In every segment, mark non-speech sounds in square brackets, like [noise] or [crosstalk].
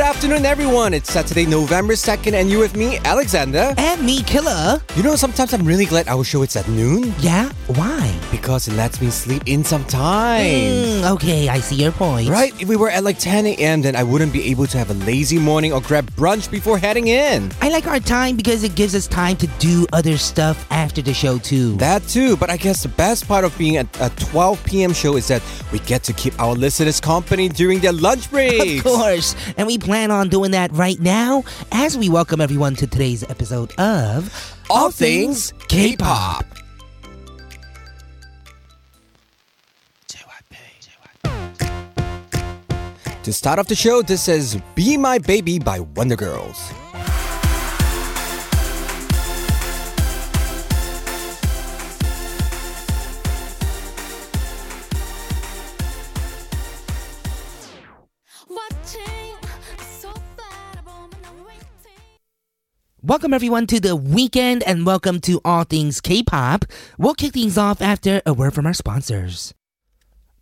afternoon, everyone. It's Saturday, November 2nd, and you're with me, Alexander. And me, Killer. You know, sometimes I'm really glad our show is at noon Yeah? Why? because it lets me sleep in sometimes. Mm, okay, I see your point. Right? If we were at like 10 a.m., then I wouldn't be able to have a lazy morning or grab brunch before heading in. I like our time because it gives us time to do other stuff after the show, too. That too, but I guess the best part of being at a 12 p.m. show is that we get to keep our listeners company during their lunch breaks. of course. And we plan on doing that right now as we welcome everyone to today's episode of All things K-pop. To start off the show, this is Be My Baby by Wonder Girls. Watching, so far, I'm waiting. Welcome everyone to the weekend and welcome to All Things K-pop. We'll kick things off after a word from our sponsors.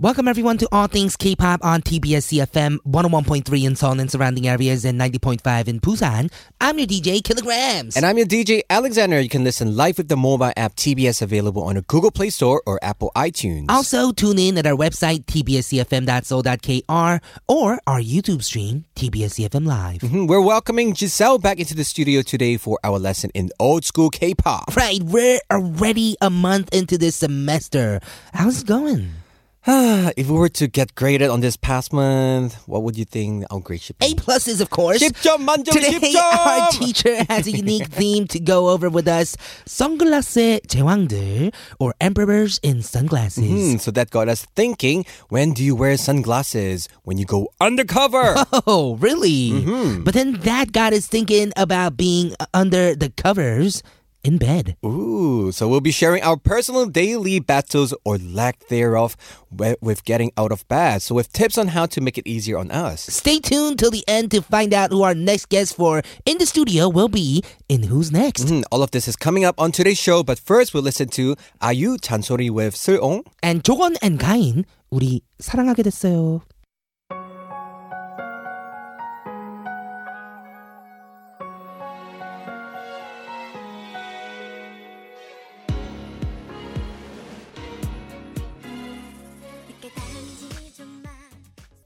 Welcome everyone to All Things K-pop on TBS CFM 101.3 in Seoul and surrounding areas and 90.5 in Busan. I'm your DJ Kilograms. And I'm your DJ Alexander. You can listen live with the mobile app TBS available on a Google Play Store or Apple iTunes. also tune in at our website tbscfm.soul.kr or our YouTube stream tbscfm live. Mhm, We're welcoming Giselle back into the studio today for our lesson in old school K-pop. Right, we're already a month into this semester. How's it going? Uh, if we were to get graded on this past month, what would you think our grade should be? A pluses, of course. 10점 만점 Today, 10점! [laughs] our teacher has a unique theme to go over with us. 선글라스의 제왕들, or emperors in sunglasses. Hmm, so that got us thinking when do you wear sunglasses? When you go undercover. [laughs] Oh, really? But then that got us thinking about being under the covers in bed. Ooh, so we'll be sharing our personal daily battles or lack thereof wi- with getting out of bed. So, with tips on how to make it easier on us. Stay tuned till the end to find out who our next guest for in the studio will be in Who's Next. Hmm, all of this is coming up on today's show, but first we'll listen to Ayu Chansori with Seong. And 조건 and 가인, 우리 사랑하게 됐어요. 이게 다른지 좀 말.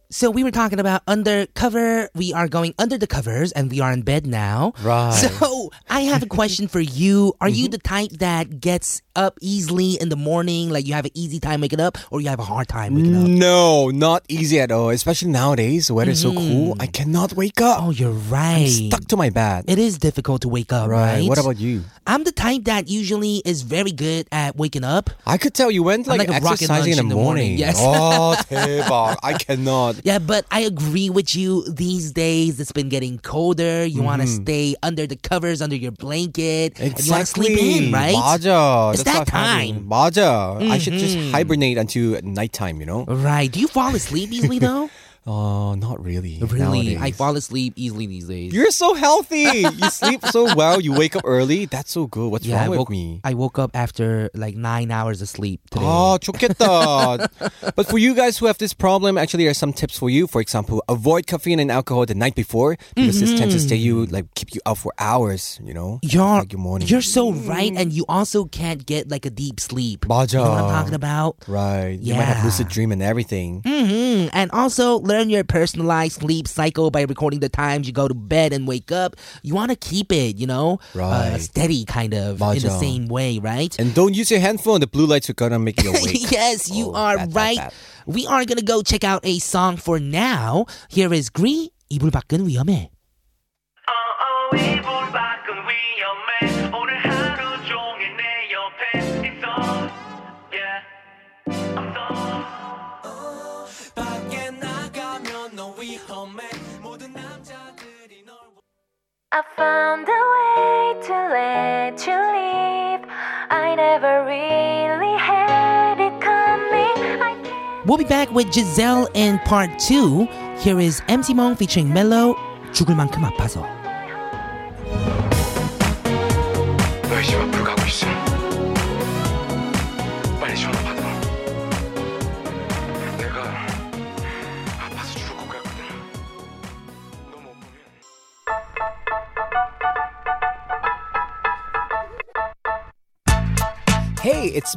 So we were talking about undercover. We are going under the covers and we are in bed now. Right. Mm-hmm. So I have a question for you. Are you the type that gets up easily in the morning? Like you have an easy time waking up or you have a hard time waking Mm. up? No, not easy at all, especially nowadays. Weather is so cool. I cannot wake up. Mm-hmm. Oh, you're right. Stuck to my bed. It is difficult to wake up, right? Right. What about you? I'm the type that usually is very good at waking up. I could tell you went I'm like, like a rocket exercising in lunch the, in the morning. Yes. Oh, [laughs] 대박. I cannot. Yeah, but I agree with you. These days, it's been getting colder. You want Mm-hmm. to stay under the covers, under your blanket. and You want to sleep in, right? 맞아. It's That's that what I'm time. Mm-hmm. having. 맞아. I should just hibernate until nighttime, you know? Right. Do you fall asleep easily [laughs] though? Oh, not really. Uh, really? I nowadays. fall asleep easily these days. You're so healthy. you sleep so well. You wake up early. That's so good. What's yeah, I wrong woke, with me? I woke up after like nine hours of sleep today. Oh, [laughs] 좋겠다. but for you guys who have this problem, actually, there are some tips for you. For example, avoid caffeine and alcohol the night before because this tends to Mm-hmm. stay you, like, keep you up for hours, you know? You're, like your morning. you're so right, and you also can't get like a deep sleep. 맞아. You know what I'm talking about? Right. You might have Yeah. lucid dream and everything. hmm And also, learn your personalized sleep cycle by recording the times you go to bed and wake up. You want to keep it, you know, uh, Right. steady kind of in the 맞아. same way, right? And don't use your handphone. The blue lights are gonna make [laughs] you awake. yes, you Oh, are bad, bad, right. bad. We are gonna go check out a song for now. Here is Gree. 이불 밖은 위험해. 어어 이불 밖은 위험해 오늘 하루 종일 내 옆에 있어 yeah 없어 I found a way to let you leave. I never really had it coming. I can't We'll be back with Giselle in part two. Here is MC Mong featuring Mello. 죽을 만큼 아파서. 너희 집 앞을 가고 있음 빨리 전화 받아 내가 아파서 죽을 것 같거든 너 못 보면 Hey, it's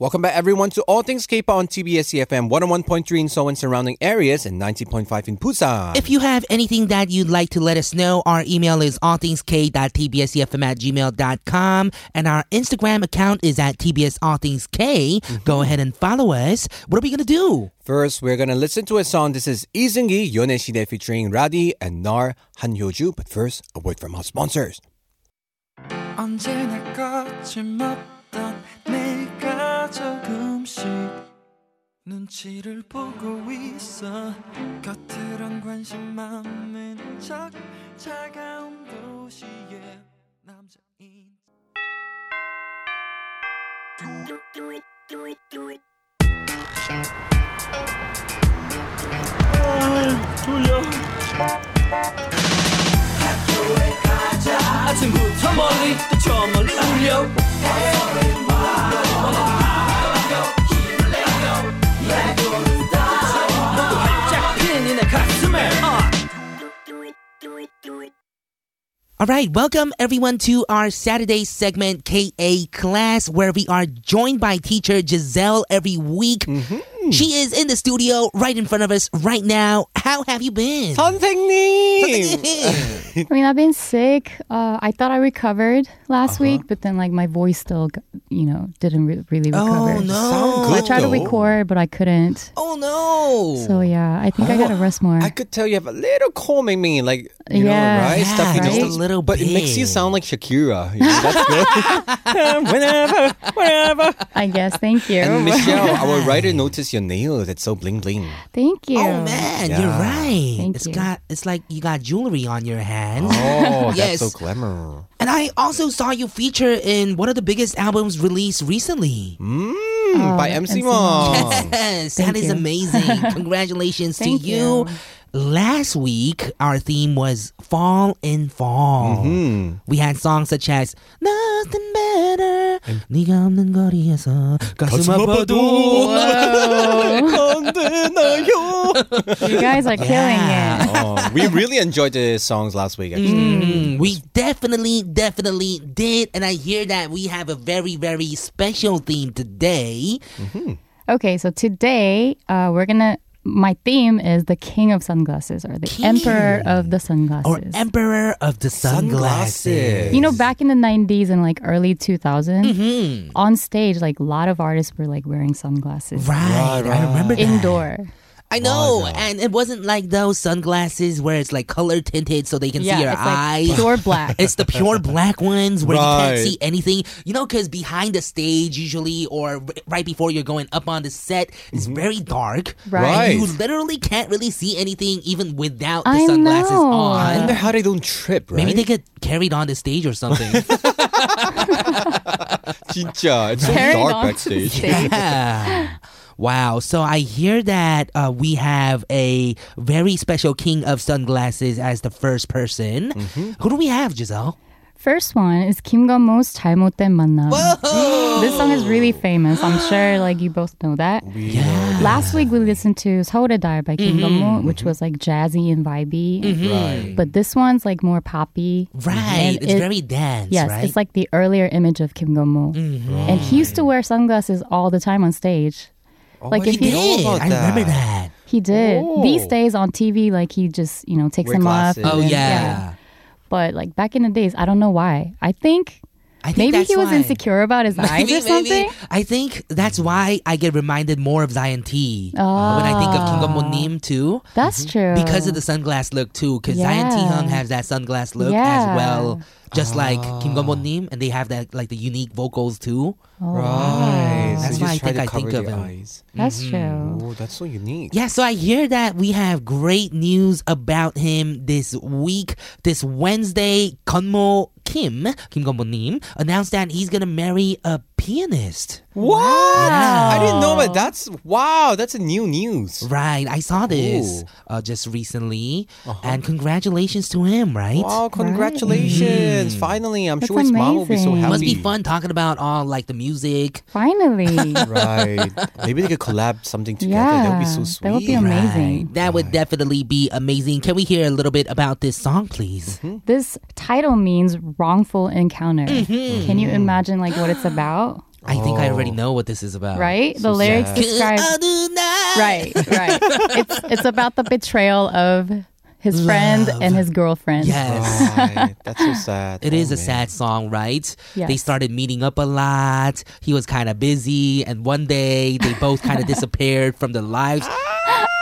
Welcome back, everyone, to All Things K-Pop on TBS EFM 101.3 in Seoul and surrounding areas and 90.5 in Busan. If you have anything that you'd like to let us know, our email is allthingsk.tbsefm E at gmail.com and our Instagram account is at tbsallthingsk. Go ahead and follow us. What are we going to do? First, we're gonna listen to a song. This is Isungi Yoneshide featuring Radi and Nar Hanhyoju. But first, a word from our sponsors. 언제나 거침없던 내가 조금씩 눈치를 보고 있어 겉으론 관심 많은 척 차가운 도시의 남자인 아침부터 멀리 또저 멀리 울려 너도 활짝 핀 이내 가슴에 어. All right, welcome everyone to our Saturday segment KA class where we are joined by teacher Giselle every week. She is in the studio right in front of us right now. How have you been? [laughs] [laughs] 선생님! I mean, I've been sick. Uh, I thought I recovered last Uh-huh. week, but then like my voice still, g- you know, didn't re- really recover. Oh Sound no. So I good, tried to though. record, but I couldn't. Oh no. So yeah, I think I gotta rest more. I could tell you have a little cold make me like you know Yeah. right Yeah, stuff you just know a little but it makes you bit. sound like Shakira you know, that's [laughs] good whenever whenever [laughs] I guess. Thank you. and Michelle our writer noticed your nails it's so bling bling Thank you. Oh man, you're Yeah. right. Thank It's you. got it's like you got jewelry on your hands. [laughs] oh Yes. that's so glamour And I also saw you feature in one of the biggest albums released recently. mm, Oh, by MC MC Mom Yes, Thank that is [laughs] you. amazing. Congratulations to Thank you. you. Last week, our theme was fall in fall. Hmm. We had songs such as Nothing Better, 네가 없는 거리에서 가슴 가슴 아파도. [laughs] You guys are Yeah. killing it. oh, [laughs] we really enjoyed the songs last week actually Mm, we definitely, definitely did. And I hear that we have a very, very special theme today. Okay, so today uh, we're gonna. My theme is the king of sunglasses or the King. emperor of the Or sunglasses. Emperor of the Sunglasses. Sunglasses. you know, back in the 90s and like early 2000s, Mm-hmm. on stage, like a lot of artists were like wearing sunglasses. Right, I remember that. Indoor. I know, and it wasn't like those sunglasses where it's like color tinted so they can see your it's eyes. like pure black. [laughs] It's the pure black ones where you Right. can't see anything. You know, because behind the stage, usually, or r- right before you're going up on the set, it's very dark. Mm-hmm. Right. right. You literally can't really see anything even without the I sunglasses know. I on. wonder how they don't trip, right? Maybe [laughs] they get carried on the stage or something. 진짜. It's so Carried dark on [laughs] to backstage. the stage. Yeah. Wow. So I hear that uh, we have a very special king of sunglasses as the first person. Mm-hmm. Who do we have, Giselle? First one is Kim Gonmo's 잘못된 만남. This song is really famous. I'm sure like you both know that. Oh, Yeah. Mm-hmm. Last week we listened to 서울의 달 by Kim Gonmo, which was like jazzy and vibey. Right. But this one's like more poppy. Right. And It's it- very dense, Yes, right? Mm-hmm. it's like the earlier image of Kim Gonmo. And he used to wear sunglasses all the time on stage. like I if didn't you, know about Dang, I remember that. he did. Oh. These days on TV, like he just you know takes Wear them glasses. off. Oh, yeah. and- But like back in the days, I don't know why. I think I think maybe that's he was why. insecure about his eyes or something. I think that's why I get reminded more of Zion T when I think of King Oh. of Monim too. That's true. Mm-hmm. Because of the sunglass look too, because Zion T Yeah. Hung has that sunglass look as Yeah. well, just like Kim Gonbon Nim, and they have that like the unique vocals too. Oh, Right. That's so why I you just try think to I cover think the of him. eyes. That's Mm-hmm. true. Oh, that's so unique. Yeah, so I hear that we have great news about him this week. This Wednesday, Konmo Kim, Kim Gonbon Nim, announced that he's gonna marry a pianist. What? Yeah. I didn't know about that's wow, that's a new news. Right, I saw this Ooh. Uh-huh. uh, just recently, and congratulations to him. Right, Mm. Wow, congratulations. Finally, I'm That's sure his mom will be so amazing. happy. must be fun talking about all like the music. [laughs] Finally. [laughs] Right. Maybe they could collab something together. That would be so Yeah, sweet. that would be amazing. Right, that would definitely be amazing. Can we hear a little bit about this song, please? Mm-hmm. this title means wrongful encounter. Mm-hmm. Can you imagine like [gasps] what it's about? I think I Oh. already know what this is about. Right? the lyrics sad. describe Right, right. it's it's about the betrayal of his friend and his girlfriend. Yes. Right. That's so sad. It is Oh, a man. sad song, right? They Yes. started meeting up a lot. He was kind of busy, and one day they both [laughs] kind of disappeared from their lives.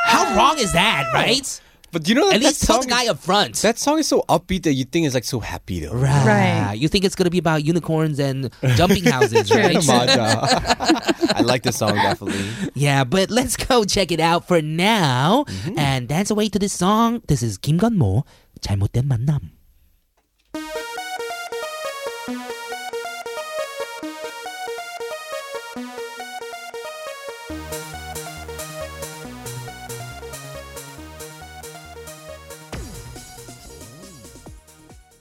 How wrong is that, [laughs] right? But you know that, At that least tell song the guy is, up front. that song is so upbeat that you think it's like so happy though. [laughs] right. Right. Ah, You think it's gonna be about unicorns and jumping houses, right? Maja. I like the song definitely. yeah, but let's go check it out for now Mm-hmm. and dance away to this song. This is Kim Gun Mo, 잘못된 만남.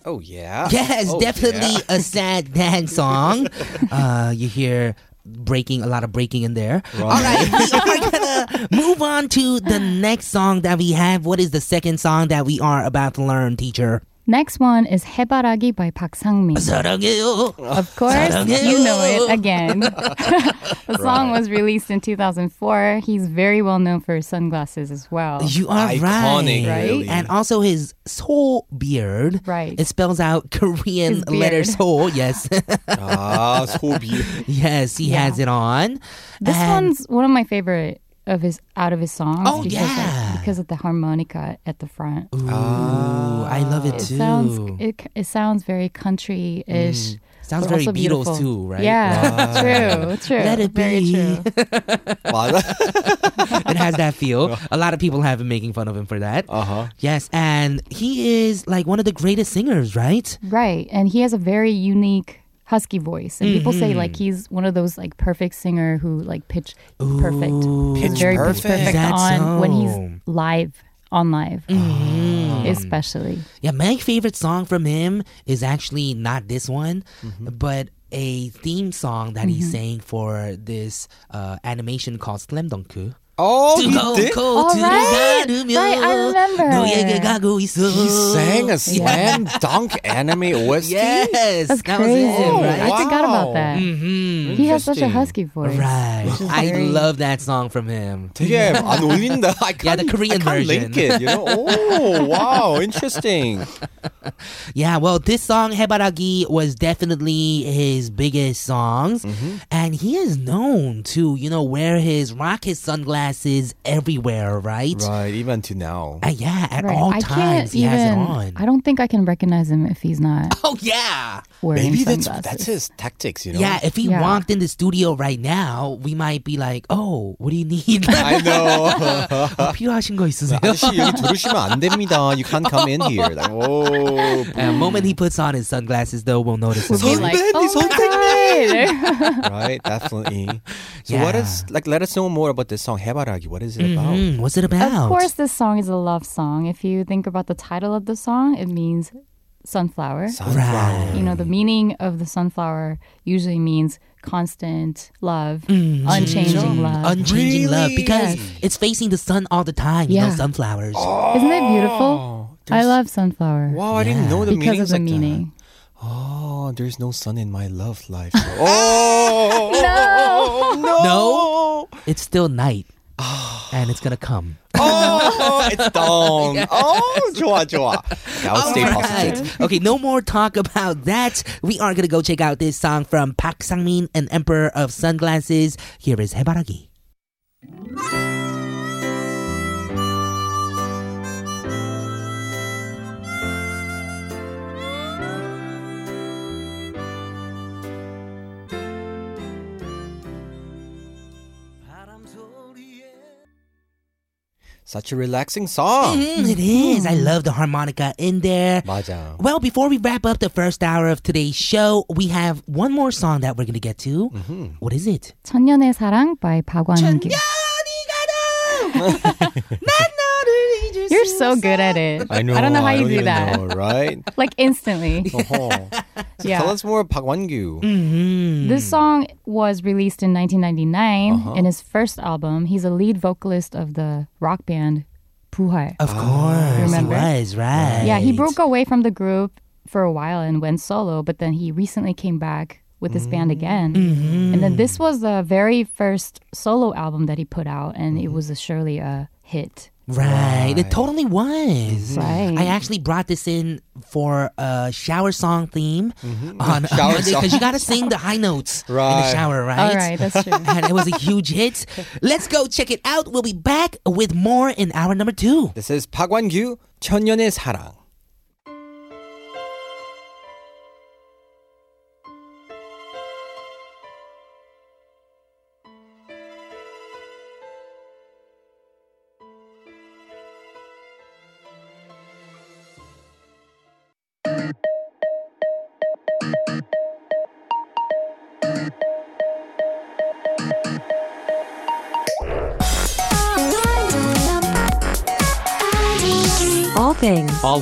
Oh yeah. Yes, Oh, definitely yeah. a sad dance [laughs] song. uh, you hear breaking, a lot of breaking in there. All right, [laughs] we are gonna move on to the next song that we have. What is the second song that we are about to learn, teacher? Next one is Hebaragi by Park Sang-min. 사랑해요. Of course, you know it again. [laughs] the song was released in 2004. He's very well known for his sunglasses as well. You are Oh, Iconic, right. really. And also his soul beard. Right. It spells out Korean His beard. letter soul. [laughs] Yes. Ah, so [laughs] beautiful. yes, he has it on. This And- one's one of my favorite of his out of his songs Oh, because yeah. of, because of the harmonica at the front. Ooh, I love it It too. sounds it, it sounds very country ish. Mm. Sounds very Beatles beautiful. too, right? Yeah, true, true. Let it very be. true. Wow. [laughs] it has that feel. A lot of people have been making fun of him for that. Uh-huh. Yes, and he is like one of the greatest singers, right? Right, and he has a very unique husky voice, and people say Mm-hmm. like he's one of those like perfect singer who like pitch perfect, Pitch very perfect. pitch perfect That's on when so. he's live on live, Mm-hmm. especially. Yeah, my favorite song from him is actually not this one, but a theme song that Mm-hmm. he sang for this uh, animation called Slam Dunk. Oh, he did. Oh, right. Right, I remember. He sang a e slam dunk anime OST. Yes, That's that crazy. was him, right? I forgot about that. He has such a Interesting. husky voice. Mm-hmm. Right. is I very- love that song from him. 되게 안 어울린다. I can't, Yeah, the I Korean can't version. link it. You know? Oh, wow, interesting. Yeah, well, this song, Hebaragi, was definitely his biggest songs. Mm-hmm. And he is known to, you know, wear his rocket sunglasses everywhere, right? Right, even to now. Uh, yeah, at Right. all I times can't he even. has it on. I don't think I can recognize him if he's not oh, yeah. wearing Maybe that's sunglasses. that's his tactics. You know? Yeah, if he Yeah. walked in the studio right now, we might be like, oh, what do you need? [laughs] 어, I know. [laughs] 필요하신 거 있으세요? [laughs] 아저씨 [laughs] 여기 들어오시면 안 됩니다. You can't come in here. Like, oh, The moment he puts on his sunglasses, though, we'll notice Would him. be like, 선배님, "Oh my [laughs] God." right, definitely. So what Yeah. is like? Let us know more about this song 해바라기. What is it Mm-hmm. about? Mm, what's it about? Of course, this song is a love song. If you think about the title of the song, it means sunflower. Sunflower. you know, the meaning of the sunflower usually means constant love, unchanging love. unchanging love because Really? it's facing the sun all the time. You know, Yeah. sunflowers. Oh. Isn't it beautiful? I love sunflower Wow, I didn't know the because of the like that. meaning. Oh, there's no sun in my love [laughs] life. oh no, No. It's still night, and it's gonna come. Oh, it's dawn. [laughs] Oh, 좋아 좋아. Okay, I Oh would stay positive. Right. okay, no more talk about that. We are gonna go check out this song from Park Sang-min, an emperor of sunglasses. Here is Hebaragi. Such a relaxing song. Mm, it is. Hmm. I love the harmonica in there. 맞아. Well, before we wrap up the first hour of today's show, we have one more song that we're going to get to. Mm-hmm. What is it? 천년의 사랑 by 박완규. You're so good at it. [laughs] I know. Mm-hmm. I don't know how you do even that. know, [laughs] right? Like [laughs] instantly. Uh-huh. So Yeah. Tell us more, Park Wan-gyu. Mm-hmm. Hmm. This song was released in 1999 Uh-huh. in his first album. He's a lead vocalist of the rock band Puhar. Of Ah, course. Remember? He was, right. Yeah, he broke away from the group for a while and went solo, but then he recently came back with his band Mm-hmm. again. And then this was the very first solo album that he put out, and Mm-hmm. it was a, surely a hit. Right. It totally was. Mm-hmm. Right. Mm. I actually brought this in for a shower song theme on Mm-hmm. [laughs] Shower song. because you got to sing the high notes in the Right. shower, right? All right, that's [laughs] true. and it was a huge hit. Let's go check it out. We'll be back with more in hour number two. This is Park Wan-gyu, 천년의 사랑. All things. All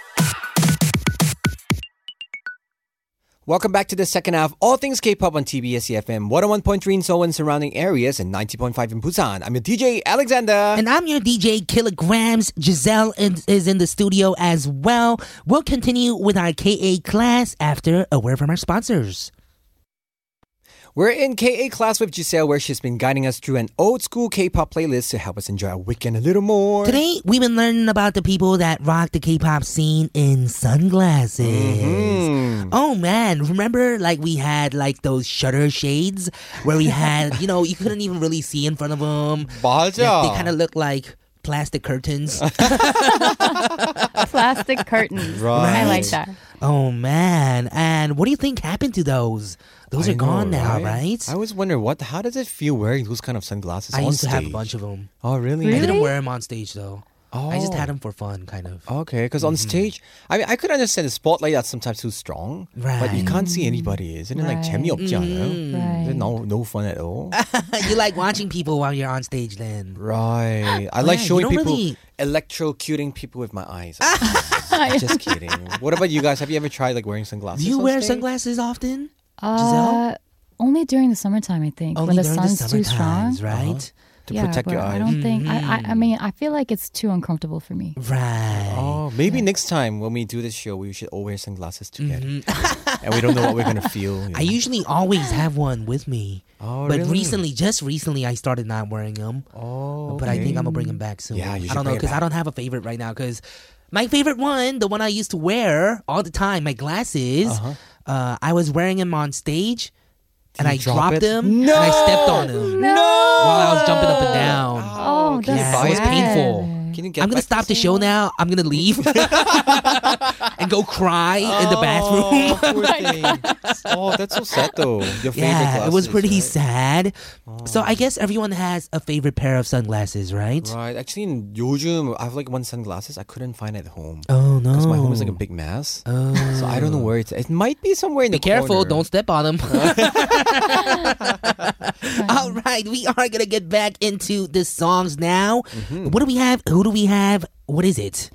Welcome back to the second half, all things K-pop on TBS EFM 101.3 in Seoul and surrounding areas and 90.5 in Busan. I'm your DJ Alexander. And I'm your DJ Kilograms. Giselle is, is in the studio as well. We'll continue with our KA class after a word from our sponsors. We're in KA class with Giselle where she's been guiding us through an old school K-pop playlist to help us enjoy our weekend a little more. Today, we've been learning about the people that rock the K pop scene in sunglasses. Mm-hmm. Oh man, remember like we had like those shutter shades where we had, you know, you couldn't even really see in front of them. 맞아. They, kind of look like plastic curtains. Plastic curtains. I like that. oh man. And what do you think happened to those? Those I are gone know, now, right? I always wonder what. How does it feel wearing those kind of sunglasses I on used to stage? have a bunch of them. Oh really? Oh. I didn't Really? wear them on stage though. I just had them for fun, kind of. Okay, because Mm-hmm. on stage, I mean, I could understand the spotlight that's sometimes too strong, but you Right. Mm. can't see anybody. Isn't it like Right. 재미없지 않아요? Right. Is it no no fun at [laughs] all? you like watching people while you're on stage then. Right. I like Yeah, you showing don't people really- electrocuting people with my [laughs] eyes. Just kidding. What about you guys? Have you ever tried like wearing sunglasses? Do you on wear stage? sunglasses often? Uh, only during the summertime, I think, when the during sun's too summer strong. times, right? to yeah, protect but your I eyes? don't think. I, I, I mean, I feel like it's too uncomfortable for me. Right. Uh-huh. Oh, maybe next time when we do this show, we should all wear sunglasses together, and we don't know what we're gonna feel. you Mm-hmm. [laughs] I know? usually always have one with me. Oh, but really? recently, just recently, I started not wearing them. Oh, But I think I'm gonna bring them back soon. Yeah, you should I don't know bring 'em because I back. don't have a favorite right now. Because my favorite one, the one I used to wear all the time, my glasses. Uh-huh. uh I was wearing them on stage, and you I drop dropped it? them. and I stepped on them no. while I was jumping up and down. Oh, can you that's yeah, it was buy sad. painful. Can you get I'm gonna back stop the show now. I'm gonna [laughs] leave [laughs] and go cry in Oh, the bathroom. [laughs] poor thing. oh, that's so sad though. Your favorite Yeah, it glasses, was pretty right? Oh. sad. So I guess everyone has a favorite pair of sunglasses, right? Right. Actually, in 요즘 I have like one sunglasses I couldn't find at home. Oh no! Oh. Because my home is like a big mess. So I don't know where it's. It might be somewhere in Be the careful! corner. Don't step [laughs] on them. [laughs] All right, we are gonna get back into the songs now. Mm-hmm. What do we have? Who do we have? What is it?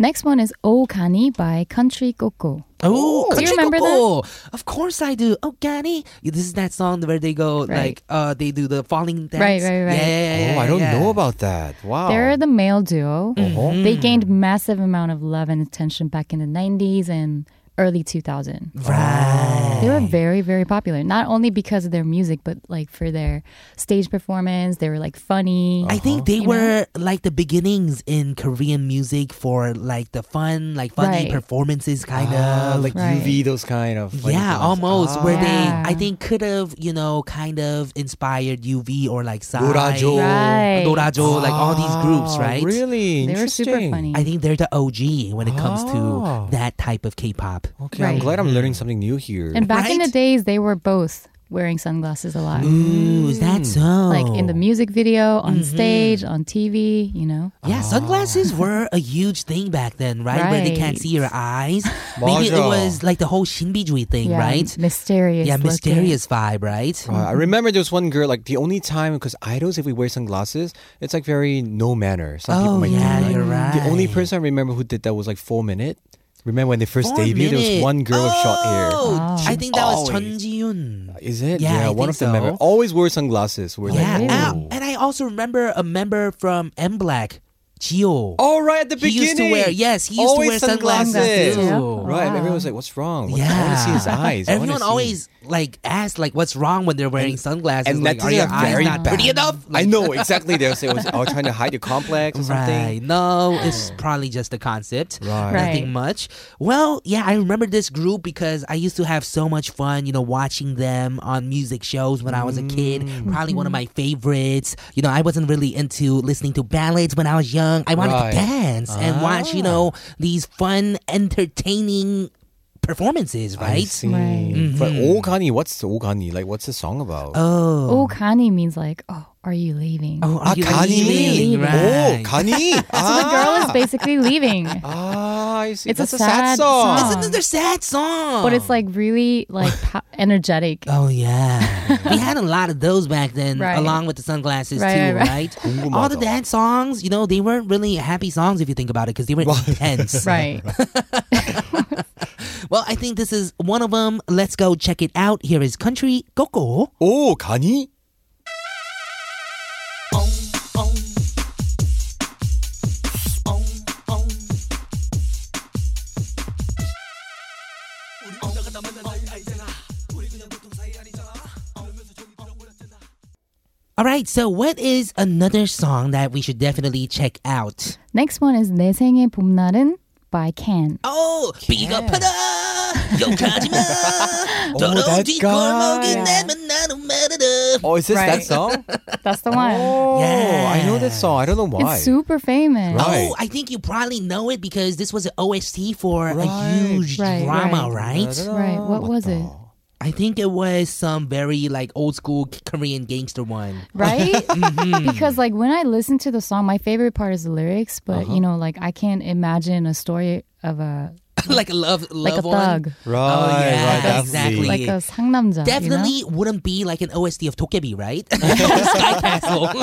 Next one is Oh Kani by Country Coco. Oh, Do you remember that? Of course I do. Oh, Gani. This is that song where they go Right. like uh they do the falling dance. Right, right, right. Yeah, yeah, yeah, Oh, I don't yeah. Oh. know about that. Wow. They're the Mm-hmm. male duo. They gained massive amount of love and attention back in the 90s and early 2000. Right. They were very, very popular, not only because of their music, but like for their stage performance. They were like funny. I think they You know? were like the beginnings in Korean music for like the fun, like funny Right. performances, kind Ah, of. like Right. UV, those kind of. funny things. yeah, almost where Yeah. they I think could have you know kind of inspired UV or like Psy, 노라조. Right. 노라조, like all these groups, Ah, right? Really? They were super Interesting. funny. I think they're the OG when it comes Oh. to that type of K-pop. Okay, I'm Right. glad I'm learning something new here. and back in the Right? days, they were both wearing sunglasses a Hmm. lot. Ooh, is that so? Like Oh. in the music video, on Mm-hmm. stage, on TV, you know? Ah. Yeah, [laughs] sunglasses were a huge thing back then, right? Where they can't Right. see your eyes. [laughs] Maybe it 맞아. was like the whole Shinbijui thing, Yeah, right? Mysterious. Yeah, looking. mysterious vibe, right? Uh, I remember there was one girl, like the only time, because idols, if we wear sunglasses, it's like very no manner. Some people Oh, might yeah, think, like, you're The only right. person I remember who did that was like Four Minute. Remember when they first Four debuted, there was minute. one girl with short hair. Oh, Oh. I think that was Chun Always. Ji-yoon. Is it? Yeah, I one think of them. ever- so. Always wore sunglasses. We're Yeah, like, and I, "Ooh." and I also remember a member from M Black, Gio. Oh, right at the He beginning. used to wear- yes, he used to Always wear sunglasses sunglasses. too. Right, Wow. everyone was like, "What's wrong?" What's- yeah, I want to see his eyes. I wanna [laughs] Everyone see- always like asks like, "What's wrong when they're wearing sunglasses?" and like, that's are your eyes very not bad. pretty enough? I know exactly. They'll say, "Was oh, trying to hide your complex or Right. something." No, [sighs] it's probably just the concept. Right. Nothing Right. much. Well, yeah, I remember this group because I used to have so much fun, you know, watching them on music shows when I was a kid. Mm. Probably one of Mm-hmm. my favorites. You know, I wasn't really into listening to ballads when I was young. I wanted Right. Ah. to dance and watch, you know, these fun, entertaining performances, I right? see. Right. Mm-hmm. But Ogani, what's Ogani? Like, what's the song about? Oh. Oh, Kani means like, oh, are you leaving? Oh, Ah, are you Kani. leaving? Oh, Right. Kani. [laughs] ah. The girl is basically [laughs] leaving. Oh. Ah, I see. It's a That's a sad, sad song. song. It's another sad song. But it's like really like po- energetic. Oh yeah, we had a lot of those back then, Right. along with the sunglasses Right, too, right, right. right? 궁금하다. All the dance songs, you know, they weren't really happy songs if you think about it, because they were intense. [laughs] [laughs] Right. Well, I think this is one of them. Let's go check it out. Here is Country Coco. Oh, Kani. All right, so what is another song that we should definitely check out? Next one is 내 생의 봄날은 by Can. Oh, 비가 파다 욕하지마 더러운 that 뒷골목이 guy. 내면 나도 말아라. Oh, is this that Right. [laughs] song? That's the one. Oh, I know that song. I don't know why. It's super famous. Right. Oh, I think you probably know it because this was an OST for Right. a huge Right, drama, I right? don't know. Right. What was it? I think it was some very like old school K- Korean gangster one. [laughs] Right? Mm-hmm. Because like when I listen to the song, my favorite part is the lyrics, but Uh-huh. you know, like I can't imagine a story of a like a love, like love a one. thug. Right, Oh, yeah, right, that's exactly. the- Like a 상남자. Definitely You wouldn't be like an OST of Tokebi, right? [laughs] Sky [laughs] Castle. know?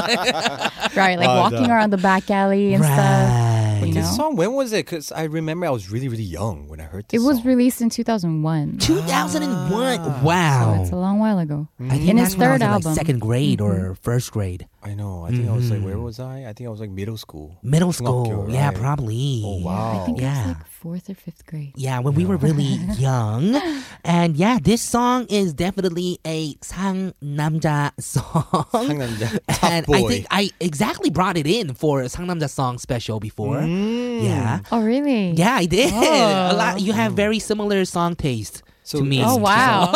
Right. Like Wow, walking that- around the back alley and Uh, Right. stuff. You This know? song, when was it? Because I remember I was really, really young when I heard It this. was song. released in 2001. 2001. Ah, So Wow. it's a long while ago. I think In that's his when I was in, third like, album. Mm-hmm. second grade or first grade. I know. I think I was like, where was I? I think I was like middle school. Middle 중학교, school. Yeah, right? probably. Oh I wow. think it Yeah. was like fourth or fifth grade. Yeah, when we [laughs] were really young. And yeah, this song is definitely a Sang Namja song. [laughs] [laughs] 상남자, and [laughs] top I boy. think I exactly brought it in for a Sang Namja song special before. Mm. Yeah. Oh, really? Yeah, I did. A lot you have very similar song taste Oh. So- to me. Oh, wow.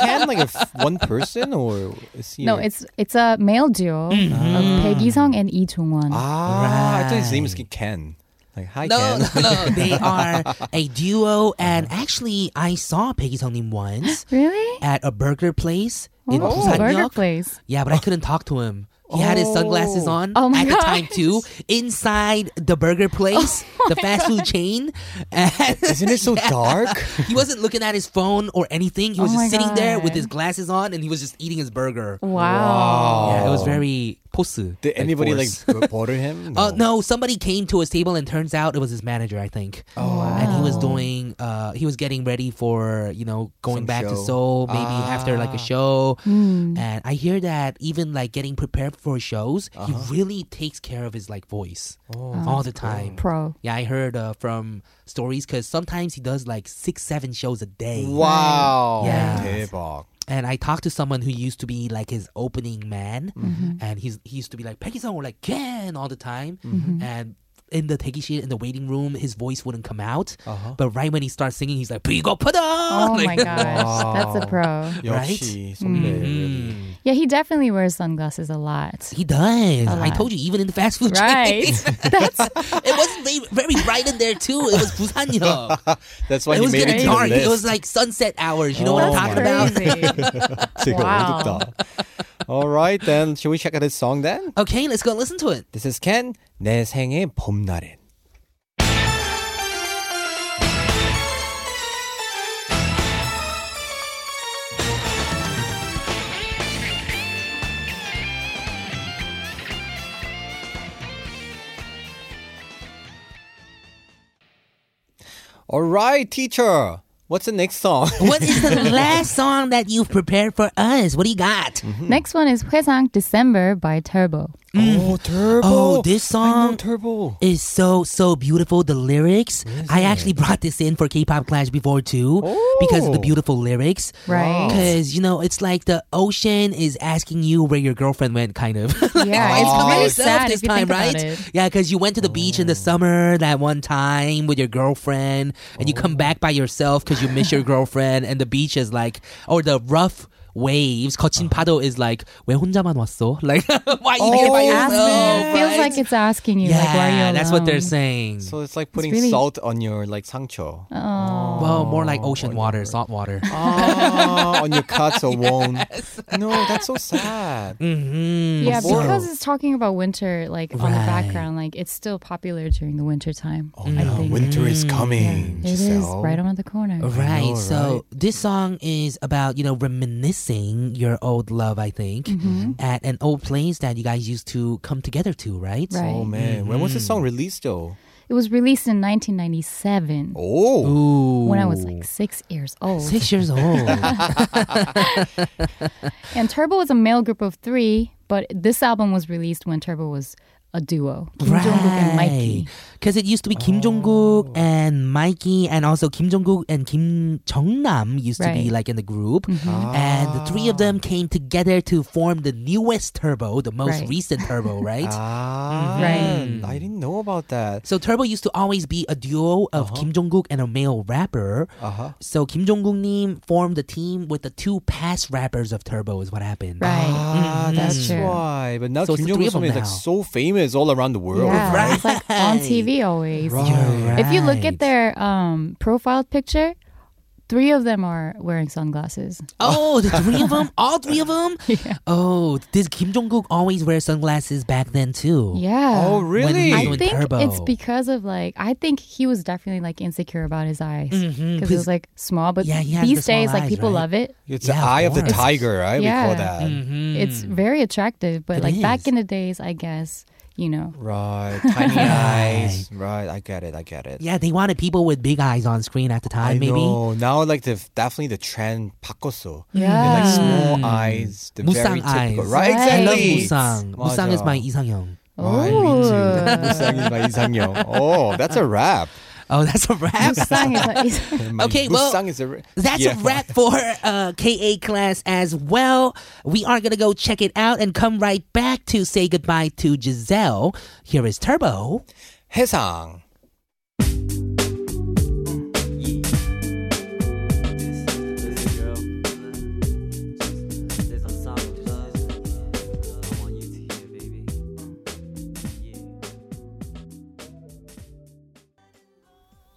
Can like a f- one person or is he [laughs] No, a- it's it's a male duo Mm-hmm. of Peggy Song and E Lee Chung Won. ah. I thought his name is Ken. Like hi Ken. No, no, [laughs] [laughs] no. They are a Uh-huh. duo, and actually, I saw Peggy Songnim once Really? at a burger place in Oh, Busan burger place. Yeah, but Oh. I couldn't talk to him. He had his sunglasses on Oh my at the gosh. time too, inside the [laughs] burger place, the fast food chain. And Oh Isn't it so dark? [laughs] he wasn't looking at his phone or anything. He was Oh just my sitting there with God. Oh. his glasses on, and he was just eating his burger. Wow. Yeah, it was very 포스. Oh. Did like, anybody like [laughs] force. bother [laughs] him? Uh, no, somebody came to his table and turns out it was his manager, I think. Oh, wow. And he was doing, uh, he was getting ready for, you know, going Some back to show. Ah. Seoul, maybe after like a show. Mm. Mm-hmm. And I hear that even like getting prepared for shows, Uh-huh. he really takes care of his like voice Oh. Oh, all the time. Pro. Yeah, I heard uh, from stories because sometimes he does like six, seven shows a day. Wow. Yeah. 대박. And I talked to someone who used to be like his opening man, Mm-hmm, and he's he used to be like Peggy Song or like Ken all the time, mm-hmm. and. In the 대기실, in the waiting room, his voice wouldn't come out. Uh-huh. But right when he starts singing, he's like, "비겁하다!" Oh [laughs] like, my gosh, that's a pro. 역시 선배. really. Mm. Yeah, he definitely wears sunglasses a lot. He does. A I lot. told you, even in the fast food Right. chains. [laughs] That's it wasn't very, very bright in there too. It was [laughs] Busanyeok. [laughs] That's why it he was made it getting to dark. the list. It was [laughs] like sunset hours. You know what Oh I'm my talking about? crazy. 지금 Wow. 어둡다. All right, then. Should we check out his song then? Okay, let's go listen to it. This is Ken. 내 생의 봄날엔. All right, teacher. What's the next song? What is [laughs] the last song that you've prepared for us? What do you got? Mm. Next one is 회상 December by Turbo. [laughs] Oh, Turbo. Oh, this I know song Turbo. is so so beautiful. The lyrics. I actually brought this in for K-pop Clash before too because of the Oh. beautiful lyrics. Right. Because you know it's like the ocean is asking you where your girlfriend went, kind of. [laughs] [laughs] Yeah, it's By Oh. really yourself sad this if you time, think about right? it. Oh. Yeah, because you went to the beach in the summer that one time with your girlfriend, and you come back by yourself because you miss your Oh. girlfriend, and the beach is like, or the rough. Waves, 거친 Oh. 파도 is like 왜 혼자만 왔어? [laughs] Like why you here by Oh, yourself? Asking, it feels right? like it's asking you, yeah, like, why are you alone? that's what they're saying. So it's like putting really- salt on your like sangcho. Oh. well, more like ocean water, salt water. Ah, on your cuts [laughs] or wound. No, that's so sad. hmm Yeah, Before. because it's talking about winter, like on the Right. background, like it's still popular during the winter time. Oh I no, think. winter is coming. It is Giselle. right around the corner. Right. know, so this song is about, you know, reminiscing your old love, I think, Mm-hmm. at an old place that you guys used to come together to, right? Right. Oh man, when was Mm-hmm. this song released though? It was released in 1997 Oh, Ooh. when I was like six years old. six [laughs] years old. And Turbo was a male group of three, but this album was released when Turbo was a duo. Kim Jong-kook and Mikey. Because it used to be Kim Jong-kook and Mikey and also Kim Jong-kook and Kim Jong-nam used to be Right. like in the group. Mm-hmm. And Ah. the three of them came together to form the newest Turbo, the most Right. recent Turbo, [laughs] right? Mm-hmm. ah, Right. I didn't know about that. So Turbo used to always be a duo of Kim Jong-kook and a male rapper. Uh-huh. So Kim Jong-kook nim formed a team with the two past rappers of Turbo is what happened. Right. Ah, that's That's true. why. But now Mm-hmm. So it's Kim the three Jong Un of is them like now. so famous all around the world. Yeah, Right. it's like on TV always. Right. You're If you look right. at their um, profile picture, three of them are wearing sunglasses. Oh, the three of them? All three of them? [laughs] Yeah. Oh, did Kim Jong-kook always wear sunglasses back then too? Yeah. Oh really? When I doing think Turbo. it's because of like I think he was definitely like insecure about his eyes because it was like small. But Mm-hmm. Yeah, he has the these days, small like eyes, people right? love it. It's Yeah, the of eye of the course. tiger, right? We call Yeah. that. Mm. It's very attractive. But It like is. back in the days, I guess you know. [laughs] Right, tiny eyes. Right, I get it. I get it. Yeah, they wanted people with big eyes on screen at the time, I maybe. know. Now, like the definitely the trend 바꿨어. Mm, Yeah. like small eyes, the very Musang typical. eyes. Right, Right. I exactly. love Musang. 맞아. Musang is my 이상형. Right, me too. Musang is my 이상형. Oh, that's a wrap. Oh, [laughs] that's a wrap. Sang is like- [laughs] is- [laughs] My Okay, well, Musang is a ra- That's Yeah. a wrap for uh, KA class as well. We are going to go check it out and come right back to say goodbye to Giselle. Here is Turbo. 해상.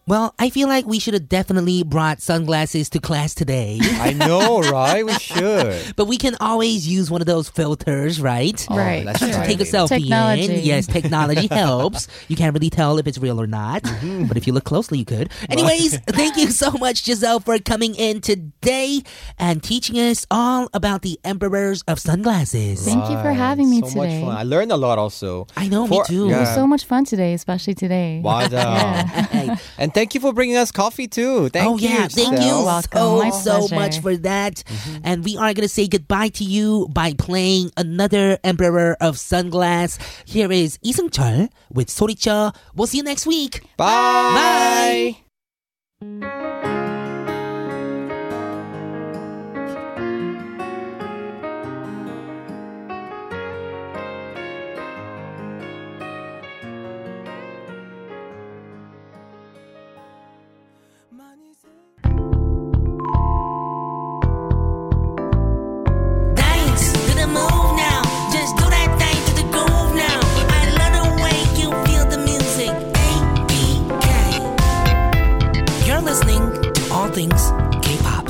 Well, I feel like we should have definitely brought sunglasses to class today. [laughs] I know, right? We should. But we can always use one of those filters, right? Right. that's right. To right. take a selfie Technology. in. [laughs] Yes, technology helps. You can't really tell if it's real or not, Mm-hmm. but if you look closely, you could. Anyways, thank you so much, Giselle, for coming in today and teaching us all about the emperors of sunglasses. Thank you for having me so today. much fun. I learned a lot also. I know, me For- too. It was Yeah. so much fun today, especially today. Wow. [laughs] Hey. um, And thank you for bringing us coffee too. [laughs] Thank oh you. yeah, thank Giselle. you Welcome. so My so pleasure. much for that. Mm-hmm. And we are gonna say goodbye to you by playing another Emperor of Sunglass. Here is Isung Chul with Soricha. We'll see you next week. Bye. Dance to the move now. Just do that thing to the groove now. I love the way you feel the music. ABK. You're listening to All Things K-pop.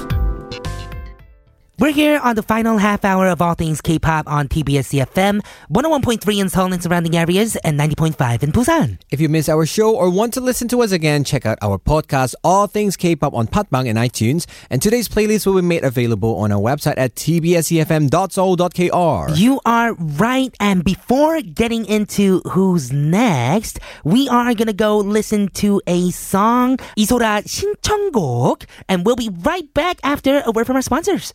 We're here on the final half hour of All Things K-pop on TBS CFM, 101.3 in Seoul and surrounding areas, and 90.5 in Busan. If you miss our show or want to listen to us again, check out our podcast, All Things K-Pop on Patbang and iTunes. And today's playlist will be made available on our website at tbsefm.soul.kr. You are right. And before getting into who's next, we are going to go listen to a song, 이소라 신청곡, and we'll be right back after a word from our sponsors.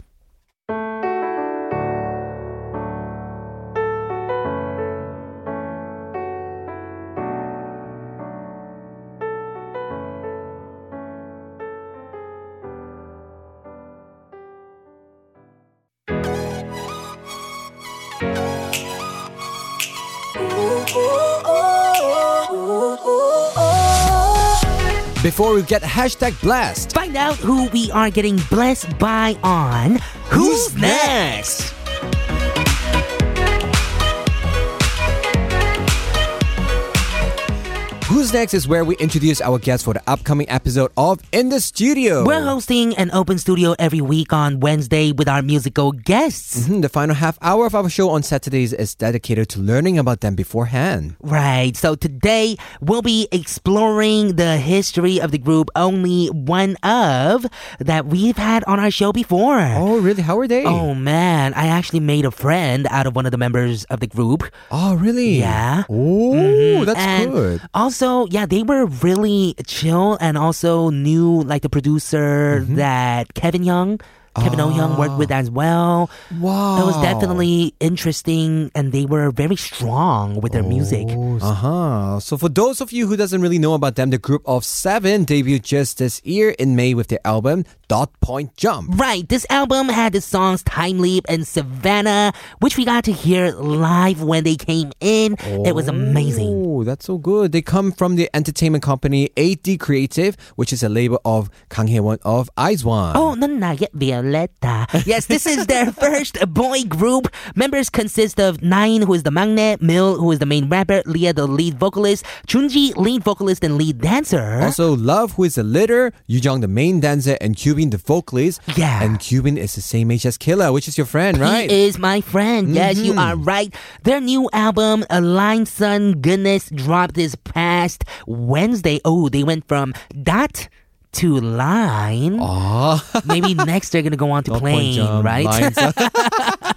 Before we get hashtag blast. Find out who we are getting blessed by on Who's Next? Who's Next is where we introduce our guests for the upcoming episode of In the Studio. We're hosting an open studio every week on Wednesday with our musical guests. Mhm, the final half hour of our show on Saturdays is dedicated to learning about them beforehand. Right. So today we'll be exploring the history of the group, only one of that we've had on our show before. Oh, really? How are they? Oh, man, I actually made a friend out of one of the members of the group. Oh, really? Yeah. Mm-hmm. Oh, that's And good. Also, yeah, they were really chill and also knew like the producer Mm-hmm. that Kevin Young, Kevin O Young worked with as well. Wow. It was definitely interesting and they were very strong with their music. Uh huh. So for those of you who doesn't really know about them, the group of seven debuted just this year in May with their album Dot Point Jump. Right, this album had the songs Time Leap and Savannah, which we got to hear live when they came in. It was amazing. Oh, that's so good. They come from the entertainment company 8D Creative, which is a label of Kang Hye-won of IZONE. Oh, no, no, yeah, Violetta. Yes, this [laughs] is their first boy group. Members consist of Nine, who is the magnet, Mil, who is the main rapper, Leah, the lead vocalist, Chunji, lead vocalist and lead dancer. Also, Love, who is the leader, Yujong, the main dancer, and Cubin, the vocalist. Yeah. And Cubin is the same age as Killa, which is your friend, right? Mm-hmm. He is my friend. Yes, you are right. Their new album, Align Sun Goodness, dropped this past Wednesday. Oh, they went from dot to line. [laughs] Maybe next they're gonna go on to Dot Point plane, Jump, right? lines. [laughs] [laughs]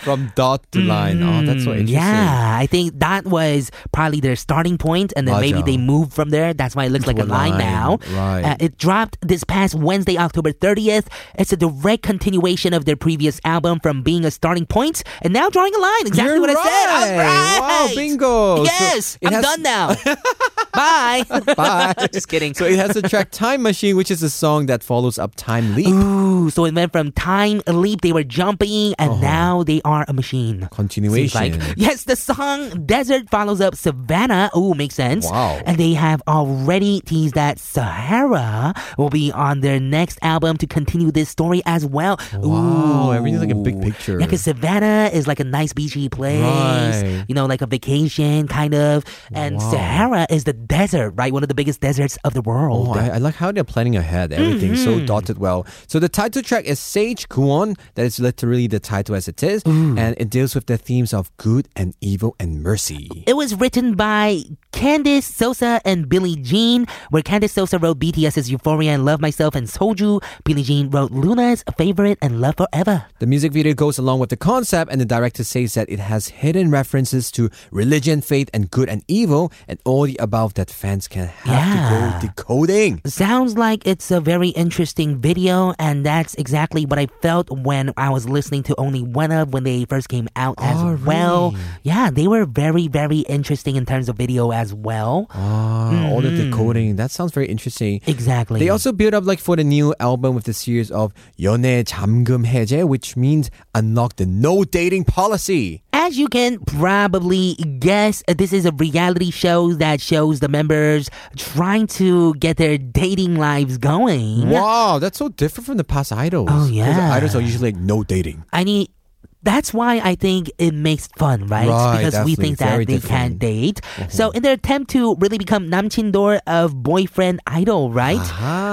From dot to line. Oh, that's so interesting. Mm, Yeah, I think that was probably their starting point, and then maybe Raja. they moved from there. That's why it looks like a Into a line, line, now. right. Uh, it dropped this past Wednesday, October 30th. It's a direct continuation of their previous album from being a starting point and now drawing a line. Exactly You're what I said. All right. Wow, right. bingo. So Yes, it I'm has- [laughs] done now. Bye. Bye. [laughs] Just kidding. So it has the track Time Machine, which is a song that follows up Time Leap. Ooh, so it went from time leap, they were jumping, and Uh-huh. now they are a machine. Seems Continuation. Like. Yes, the song Desert follows up Savannah. Ooh, makes sense. Wow. And they have already teased that Sahara will be on their next album to continue this story as well. Wow, Ooh. everything's like a big picture. Yeah, because Savannah is like a nice beachy place, Right. you know, like a vacation kind of. And Sahara is the desert, right? One of the biggest deserts of the world. Oh, I, I like how they're planning ahead. Everything so Mm-hmm. dotted well. So the title track is Sage Kuon. That is literally the title as it is, and it deals with the themes of good and evil and mercy. It was written by Candice Sosa and Billie Jean, where Candice Sosa wrote BTS's Euphoria and Love Myself and Soju. Billie Jean wrote Luna's Favorite and Love Forever. The music video goes along with the concept, and the director says that it has hidden references to religion, faith, and good and evil, and all the above that fans can have to go decoding. Sounds like it's a very interesting video, and that's exactly what I felt when I was listening to Only One Of when they first came out as Oh, well. really? Yeah, they were very, very interesting in terms of video as well. Ah, all the Mm-hmm. decoding. That sounds very interesting. Exactly. They also built up like for the new album with the series of 연애 잠금 해제, which means unlock the no dating policy. As you can probably guess, this is a reality show that shows the members trying to get their dating lives going. Wow, that's so different from the past idols. Oh, 'Cause yeah. idols are usually like no dating. I mean, that's why I think it makes fun, right? Right, because we think that definitely. Very they can different. Uh-huh. date. So in their attempt to really become Namchindor of boyfriend idol, right?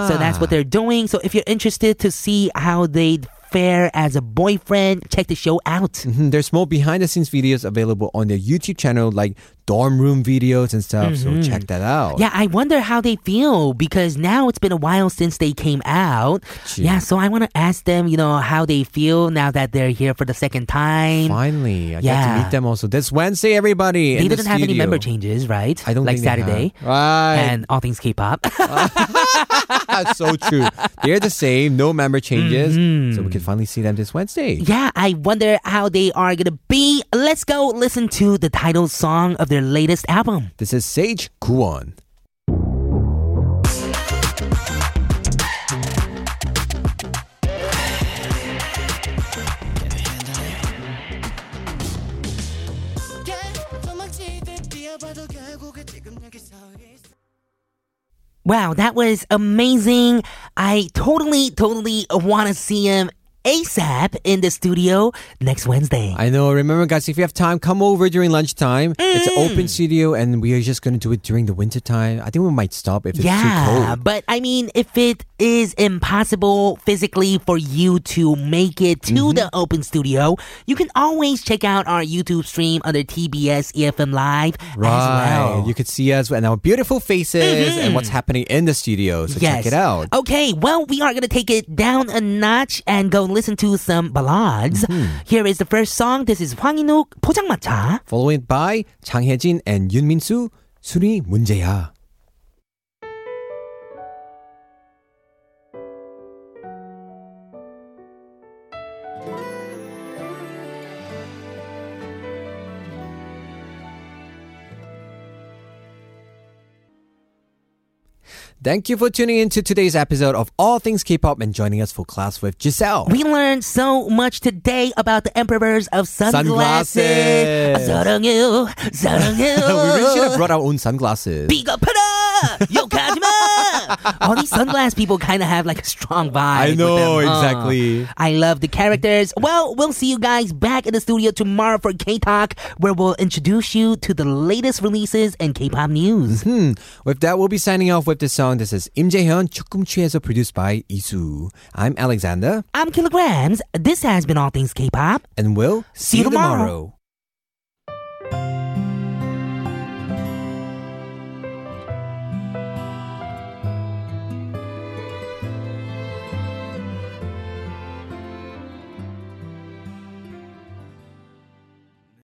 So that's what they're doing. So if you're interested to see how they fare as a boyfriend, check the show out. Mhm, There's more behind the scenes videos available on their YouTube channel, like dorm room videos and stuff. So check that out. Mm-hmm. Yeah, I wonder how they feel because now it's been a while since they came out. you. Yeah, so I want to ask them, you know, how they feel now that they're here for the second time. Finally, I get Yeah. to meet them also. This Wednesday, everybody. They in the didn't have any studio. member changes, right? I don't like think they have. Saturday. Right. [laughs] And all things K-pop. [laughs] so true. They're the same. No member changes. Mm-hmm. So we can finally see them this Wednesday. yeah, I wonder how they are gonna be. Let's go listen to the title song of their latest album. This is Sage Kuon. Wow, that was amazing. I totally, totally want to see him ASAP in the studio next Wednesday. I know. Remember, guys, if you have time, come over during lunchtime. It's an Mm. open studio, and we are just going to do it during the winter time. I think we might stop if it's too yeah, cold. but I mean, if it is impossible physically for you to make it to Mm-hmm. the open studio, you can always check out our YouTube stream under TBS EFM E Live as well. Mm-hmm. You could see us and our beautiful faces and what's happening in the studio. So check it out. Okay, well, we are going to take it down a notch and go listen to some ballads. Mm-hmm. Here is the first song. This is Hwang Inuk, 포장마차. Followed by Chang Hye-jin and Yoon Min-soo, 술이 문제야. Thank you for tuning in to today's episode of All Things K-pop and joining us for class with Giselle. We learned so much today about the emperors of sunglasses. Sunglasses. [laughs] 사랑해요, [laughs] 사랑해요. we really should have brought our own sunglasses. 비겁하다, 욕하지 마. All these sunglass people kind of have like a strong vibe. I with know, them, huh? exactly. I love the characters. Well, we'll see you guys back in the studio tomorrow for K Talk, where we'll introduce you to the latest releases and K pop news. Mm-hmm. With that, we'll be signing off with this song. This is Im Jae-hyun, 조금 취해서 produced by Isu. I'm Alexander, I'm Kilograms. This has been All Things K pop. and we'll see, you tomorrow. tomorrow.